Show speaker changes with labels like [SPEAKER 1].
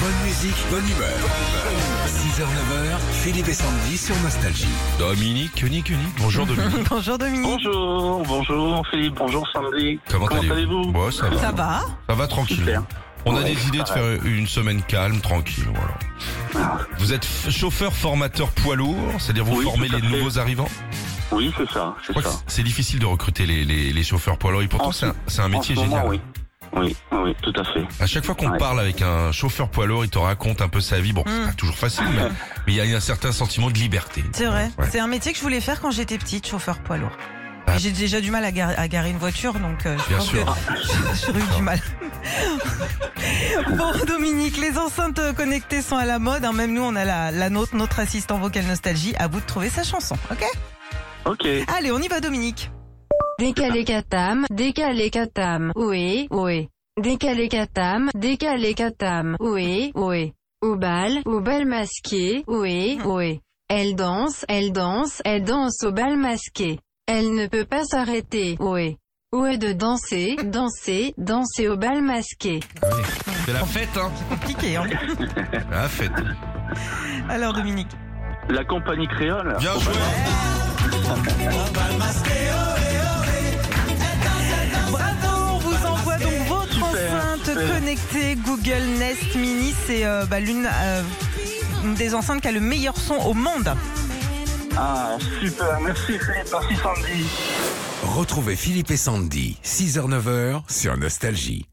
[SPEAKER 1] Bonne musique, bonne humeur. 6h, 9h, Philippe et Sandy sur Nostalgie.
[SPEAKER 2] Dominique, unique, unique. Bonjour Dominique.
[SPEAKER 3] Bonjour Dominique.
[SPEAKER 4] Bonjour, bonjour Philippe, bonjour Sandy.
[SPEAKER 2] Comment
[SPEAKER 4] allez-vous
[SPEAKER 2] Ouais, ça va.
[SPEAKER 3] Ça va
[SPEAKER 2] Ça va tranquille.
[SPEAKER 4] Super.
[SPEAKER 2] On a
[SPEAKER 4] Ouais,
[SPEAKER 2] des idées de
[SPEAKER 4] ça Ah.
[SPEAKER 2] faire une semaine calme, tranquille. Voilà. Vous êtes f- chauffeur formateur poids lourd, c'est-à-dire vous
[SPEAKER 4] Oui,
[SPEAKER 2] formez
[SPEAKER 4] tout à
[SPEAKER 2] les
[SPEAKER 4] fait.
[SPEAKER 2] nouveaux arrivants.
[SPEAKER 4] Oui, c'est ça,
[SPEAKER 2] Je
[SPEAKER 4] c'est
[SPEAKER 2] crois que
[SPEAKER 4] ça.
[SPEAKER 2] c'est- c'est difficile de recruter les, les- les chauffeurs poids lourds. Et pourtant,
[SPEAKER 4] En
[SPEAKER 2] c'est un,
[SPEAKER 4] ce-
[SPEAKER 2] c'est un
[SPEAKER 4] En
[SPEAKER 2] métier
[SPEAKER 4] ce moment,
[SPEAKER 2] génial.
[SPEAKER 4] oui. Oui, oui, tout à fait.
[SPEAKER 2] À chaque fois qu'on
[SPEAKER 4] Ouais.
[SPEAKER 2] parle avec un chauffeur poids lourd, il te raconte un peu sa vie. Bon, c'est
[SPEAKER 3] Mm.
[SPEAKER 2] pas toujours facile, mais mais il y a un certain sentiment de liberté.
[SPEAKER 3] C'est vrai.
[SPEAKER 2] Ouais.
[SPEAKER 3] C'est un métier que je voulais faire quand j'étais petite, chauffeur poids lourd.
[SPEAKER 2] Ah.
[SPEAKER 3] Et J'ai déjà du mal à, gar- à garer une voiture, donc euh, je
[SPEAKER 2] Bien
[SPEAKER 3] pense
[SPEAKER 2] sûr.
[SPEAKER 3] que j'aurais eu du mal. bon, Dominique, les enceintes connectées sont à la mode. hein. Même nous, on a la, la nôtre, notre assistant vocal nostalgie, à bout de trouver sa chanson. Ok
[SPEAKER 4] Ok.
[SPEAKER 3] Allez, on y va, Dominique.
[SPEAKER 5] Décalé catam, décalé catam, oui, oui. Décalé catam, décalé catam, oui, oui. Au bal, au bal masqué, oui, oui. Elle danse, elle danse, elle danse au bal masqué. Elle ne peut pas s'arrêter, oui. Oui de danser, danser, danser au bal masqué.
[SPEAKER 2] C'est la fête, hein
[SPEAKER 3] Compliqué, hein
[SPEAKER 2] La fête.
[SPEAKER 3] Alors, Dominique.
[SPEAKER 4] La compagnie créole.
[SPEAKER 2] Bien joué.
[SPEAKER 3] Bravo, on vous envoie donc votre
[SPEAKER 4] Super,
[SPEAKER 3] enceinte
[SPEAKER 4] super.
[SPEAKER 3] connectée Google Nest Mini. C'est euh, bah, l'une euh, une des enceintes qui a le meilleur son au monde.
[SPEAKER 4] Ah, super, merci Philippe, merci Sandy.
[SPEAKER 1] Retrouvez Philippe et Sandy, 6h, 9h sur Nostalgie.